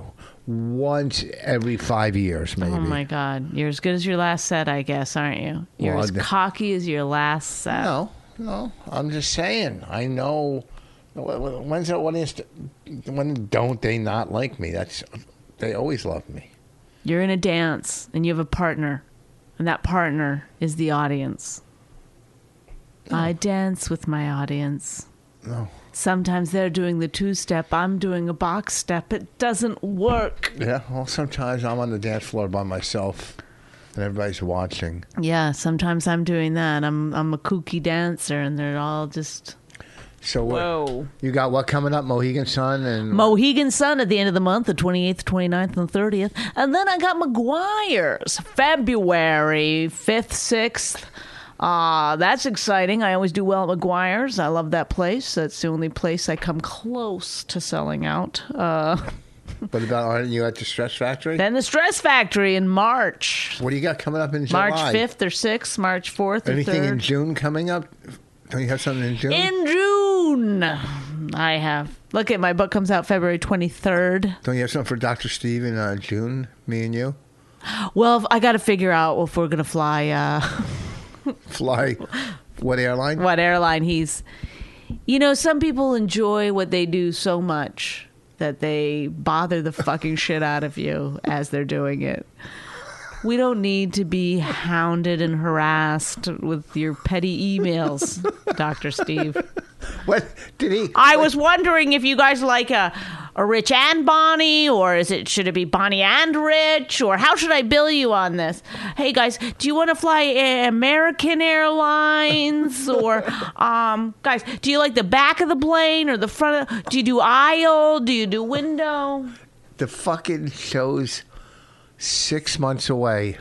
S1: once every five years, maybe.
S2: Oh my God! You're as good as your last set, I guess, aren't you? You're
S1: Well,
S2: as
S1: the-
S2: cocky as your last set.
S1: No, no. I'm just saying. I know. When's that? When is? When don't they not like me? That's. They always love me.
S2: You're in a dance and you have a partner, and that partner is the audience. I dance with my audience.
S1: No.
S2: Sometimes they're doing the two step, I'm doing a box step. It doesn't work.
S1: Yeah. Well, sometimes I'm on the dance floor by myself, and everybody's watching.
S2: Yeah, sometimes I'm doing that. I'm I'm a kooky dancer and they're all just
S1: So what-
S2: Whoa.
S1: You got what coming up? Mohegan Sun and
S2: Mohegan Sun at the end of the month, the 28th, 29th, and 30th. And then I got McGuire's February 5th, 6th. Ah, that's exciting. I always do well at McGuire's. I love that place. That's the only place I come close to selling out. Uh,
S1: But about aren't you at the Stress Factory?
S2: Then the Stress Factory in March.
S1: what do you got coming up in July?
S2: March 5th or 6th, March 4th or
S1: Anything
S2: 3rd.
S1: in June coming up? Don't you have something in June?
S2: in June. I have. Look at my book comes out February 23rd.
S1: Don't you have something for Dr. Steve in uh, June? Me and you?
S2: Well, I got to figure out if we're going to fly uh,
S1: Fly. What airline?
S2: what airline he's. You know, some people enjoy what they do so much that they bother the fucking shit out of you as they're doing it. We don't need to be hounded and harassed with your petty emails, Dr. Steve.
S1: What did he?
S2: I was wondering if you guys like a a Rich and Bonnie, or is it should it be Bonnie and Rich, or how should I bill you on this? Hey guys, do you want to fly uh, American Airlines, or um, guys, do you like the back of the plane or the front? Of, do you do aisle? Do you do window?
S1: The fucking show's six months away.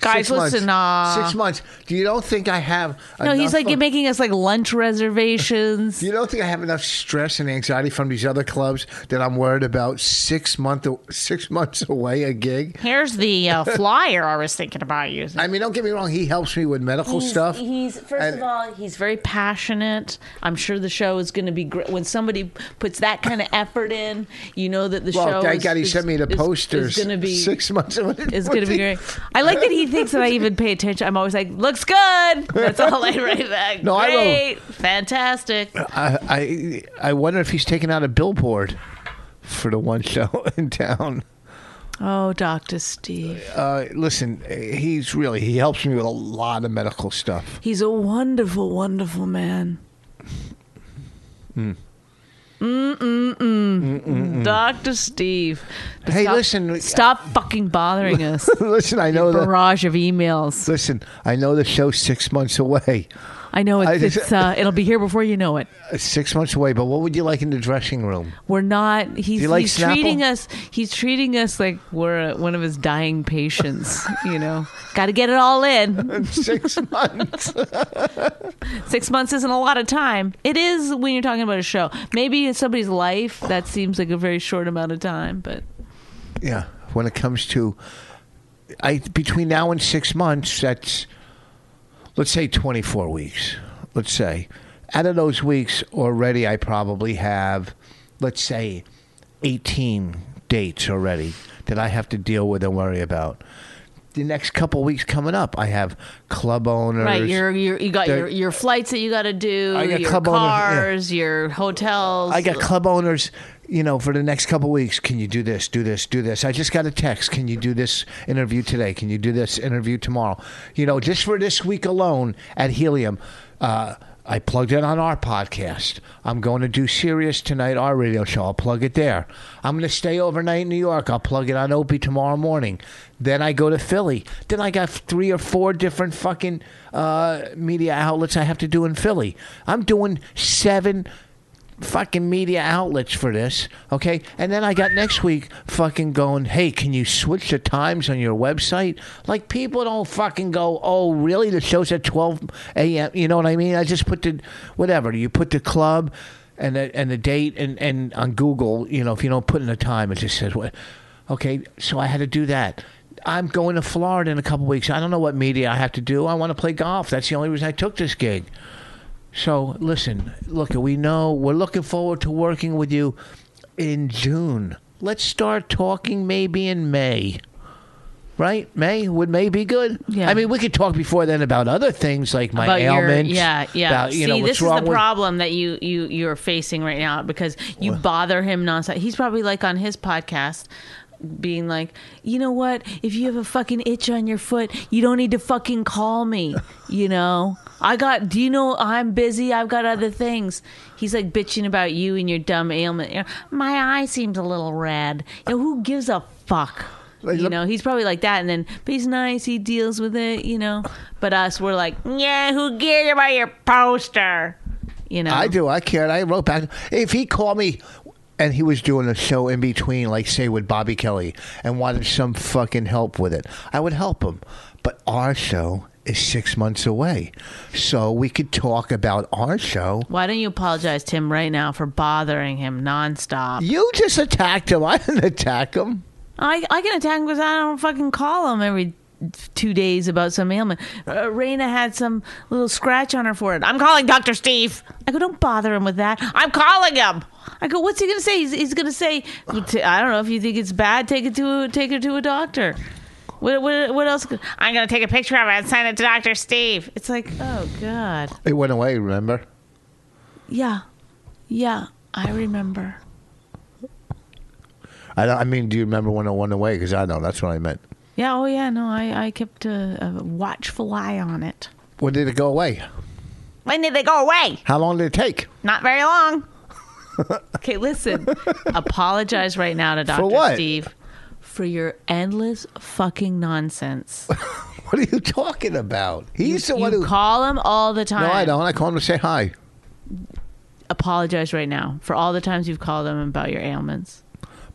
S2: Guys,
S1: Six months.
S2: listen, uh,
S1: six months. Do you don't think I have?
S2: No, he's like
S1: enough of-
S2: making us like lunch reservations.
S1: You don't think I have enough stress and anxiety from these other clubs that I'm worried about six month six months away a gig?
S2: Here's the uh, flyer I was thinking about using.
S1: I mean, don't get me wrong. He helps me with medical
S2: he's,
S1: stuff.
S2: He's first
S1: And-
S2: of all, he's very passionate. I'm sure the show is going to be great. When somebody puts that kind of effort in, you know that the
S1: well,
S2: show.
S1: thank
S2: is,
S1: God he
S2: is-
S1: sent me the
S2: is-
S1: posters.
S2: Is going to be
S1: six months away.
S2: Is going to be great. I like that he thinks that I even pay attention. I'm always like, looks good. That's all I write back.
S1: No, I will-
S2: great, fantastic.
S1: I, I I wonder if he's taking out a billboard for the one show in town.
S2: Oh, Doctor Steve,
S1: Uh, listen, he's really he helps me with a lot of medical stuff.
S2: he's a wonderful, wonderful man. Mm. Mm-mm-mm. Doctor Steve. But
S1: Hey,
S2: stop-
S1: listen,
S2: Stop fucking bothering us.
S1: listen, I know that.
S2: barrage of emails.
S1: Listen, I know the show's six months away.
S2: I know
S1: I
S2: it's,
S1: just-
S2: it's uh, it'll be here before you know it.
S1: Uh, Six months away, but what would you like in the dressing room?
S2: We're not. He's,
S1: you like
S2: he's
S1: Snapple?
S2: treating us. He's treating us like we're uh one of his dying patients. you know, got to get it all in.
S1: Six months.
S2: Six months isn't a lot of time. It is when you're talking about a show. Maybe in somebody's life that seems like a very short amount of time, but
S1: yeah, when it comes to, I between now and six months, that's let's say twenty four weeks. Let's say out of those weeks already, I probably have, let's say, eighteen dates already that I have to deal with and worry about. The next couple weeks coming up, I have club owners.
S2: right. You're, you're you got
S1: there-
S2: your your flights that you got to do.
S1: I got
S2: your
S1: club owner- yeah.
S2: cars, your hotels.
S1: I got club owners, you know, for the next couple weeks. Can you do this? Do this? Do this? I just got a text. Can you do this interview today? Can you do this interview tomorrow? You know, just for this week alone at Helium, uh, I plugged it on our podcast. I'm going to do Sirius tonight, our radio show. I'll plug it there. I'm going to stay overnight in New York. I'll plug it on Opie tomorrow morning. Then I go to Philly. Then I got three or four different fucking uh, media outlets I have to do in Philly. I'm doing seven fucking media outlets for this, okay? And then I got next week fucking going, hey, can you switch the times on your website? Like, people don't fucking go, oh, really? The show's at 12 a.m. You know what I mean? I just put the, whatever, you put the club and the, and the date and, and on Google, you know, if you don't put in the time, it just says, what. okay, so I had to do that. I'm going to Florida in a couple weeks. I don't know what media I have to do. I want to play golf. That's the only reason I took this gig. So listen, look, we know we're looking forward to working with you in June. Let's start talking maybe in May. Right? May would May be good?
S2: Yeah.
S1: I mean, we could talk before then about other things like my
S2: about
S1: ailments.
S2: Your, yeah, yeah.
S1: About, you
S2: See,
S1: know, what's
S2: this
S1: wrong
S2: is the
S1: with-
S2: problem that you you you're facing right now because you bother him nonstop. He's probably like on his podcast. Being like, you know what? If you have a fucking itch on your foot, you don't need to fucking call me. You know, I got. Do you know I'm busy? I've got other things. He's like bitching about you and your dumb ailment. You know, My eye seems a little red. You know, who gives a fuck? You know, he's probably like that, and then but he's nice. He deals with it, you know. But us, we're like, yeah, who cares about your poster? You know,
S1: I do. I care. I wrote back. If he called me and he was doing a show in between, like say with Bobby Kelly, and wanted some fucking help with it, I would help him. But our show is six months away. So we could talk about our show.
S2: Why don't you apologize to him right now for bothering him nonstop?
S1: You just attacked him. I didn't attack him.
S2: I, I can attack him because I don't fucking call him every two days about some ailment. Uh, Raina had some little scratch on her forehead. I'm calling Dr. Steve. I go, don't bother him with that. I'm calling him. I go, what's he going to say? He's, he's going to say, I don't know if you think it's bad, take it to a, take her to a doctor. What, what, what else? I'm going to take a picture of it and send it to Dr. Steve. It's like, oh, God.
S1: It went away, remember?
S2: Yeah. Yeah. I remember.
S1: I, don't- I mean, do you remember when it went away? Because I know that's what I meant.
S2: Yeah. Oh, yeah. No, I, I kept a, a watchful eye on it.
S1: When did it go away?
S2: When did they go away?
S1: How long did it take?
S2: Not very long. okay, listen. Apologize right now to Dr.
S1: what?
S2: Steve for your endless fucking nonsense.
S1: What are you talking about? He's the
S2: you
S1: one who.
S2: call him all the time.
S1: no, I don't. I call him to say hi.
S2: Apologize right now for all the times you've called him about your ailments.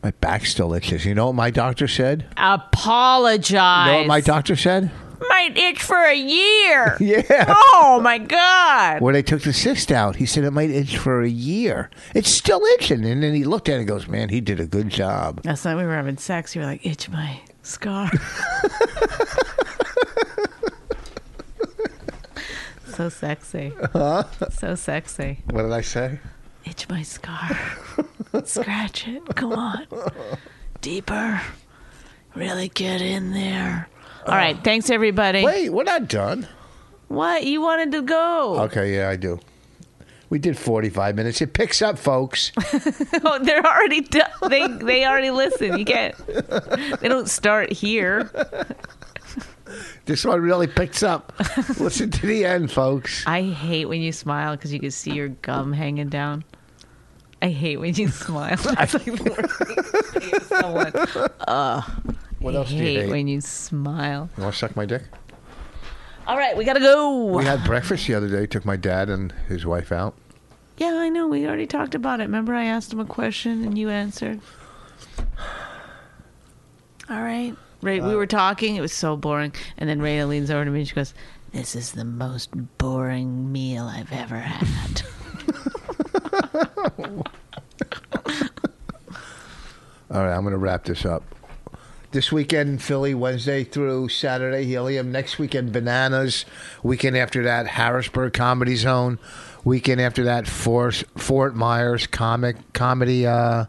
S1: My back still itches. You know what my doctor said? You know
S2: Apologize.
S1: what my doctor said?
S2: Might itch for a year.
S1: Yeah.
S2: Oh my god.
S1: When they took the cyst out, he said it might itch for a year. It's still itching. And then he looked at it and goes, Man, he did a good job.
S2: Last night we were having sex. You were like, itch my scar. so sexy. So sexy.
S1: What did I say?
S2: Itch my scar. Scratch it. Come on. Deeper. Really get in there. All right. Thanks, everybody.
S1: Wait, we're not done.
S2: What? You wanted to go.
S1: Okay, yeah, I do. We did 45 minutes. It picks up, folks.
S2: Oh, they're already done. They, they already listen. You can't. They don't start here.
S1: this one really picks up. Listen to the end, folks.
S2: I hate when you smile because you can see your gum hanging down. I hate when you smile. That's like the worst thing to say to someone.
S1: What
S2: I
S1: else do you
S2: hate
S1: hate?
S2: when you smile.
S1: You want to suck my dick?
S2: All right, we gotta go.
S1: We had breakfast the other day. Took my dad and his wife out.
S2: yeah, I know. We already talked about it. Remember, I asked him a question and you answered. All right. Ray,
S1: Uh,
S2: we were talking. It was so boring. And then Rayna leans over to me and she goes, "This is the most boring meal I've ever had."
S1: All right, I'm going to wrap this up. This weekend in Philly, Wednesday through Saturday, Helium. Next weekend, Bananas. Weekend after that, Harrisburg Comedy Zone. Weekend after that, Fort, Fort Myers Comic Comedy uh,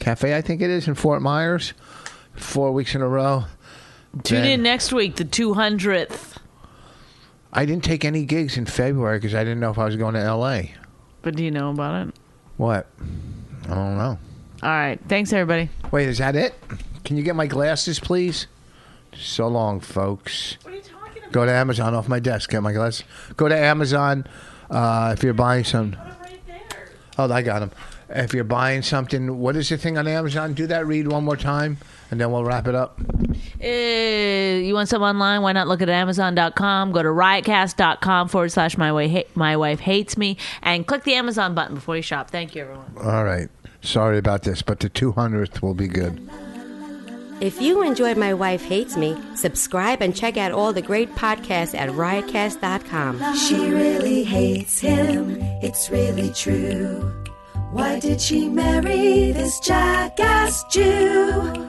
S1: Cafe, I think it is, in Fort Myers. Four weeks in a row.
S2: Tune
S1: Then-
S2: in next week, the two hundredth.
S1: I didn't take any gigs in February because I didn't know if I was going to L.A.
S2: But do you know about it?
S1: What? I don't know.
S2: All right. Thanks, everybody.
S1: Wait, is that it? Can you get my glasses, please? So long, folks.
S2: What are you talking about?
S1: Go to Amazon off my desk. Get my glasses. Go to Amazon uh, if you're buying some.
S2: Right there.
S1: Oh, I got them. If you're buying something, what is the thing on Amazon? Do that read one more time, and then we'll wrap it up.
S2: Uh, you want some online? Why not look at Amazon.com? Go to riotcast.com forward slash my, way ha- my wife hates me and click the Amazon button before you shop. Thank you, everyone.
S1: All right. Sorry about this, but the 200th will be good.
S3: If you enjoyed My Wife Hates Me, subscribe and check out all the great podcasts at riotcast.com.
S4: She really hates him, it's really true. Why did she marry this jackass Jew?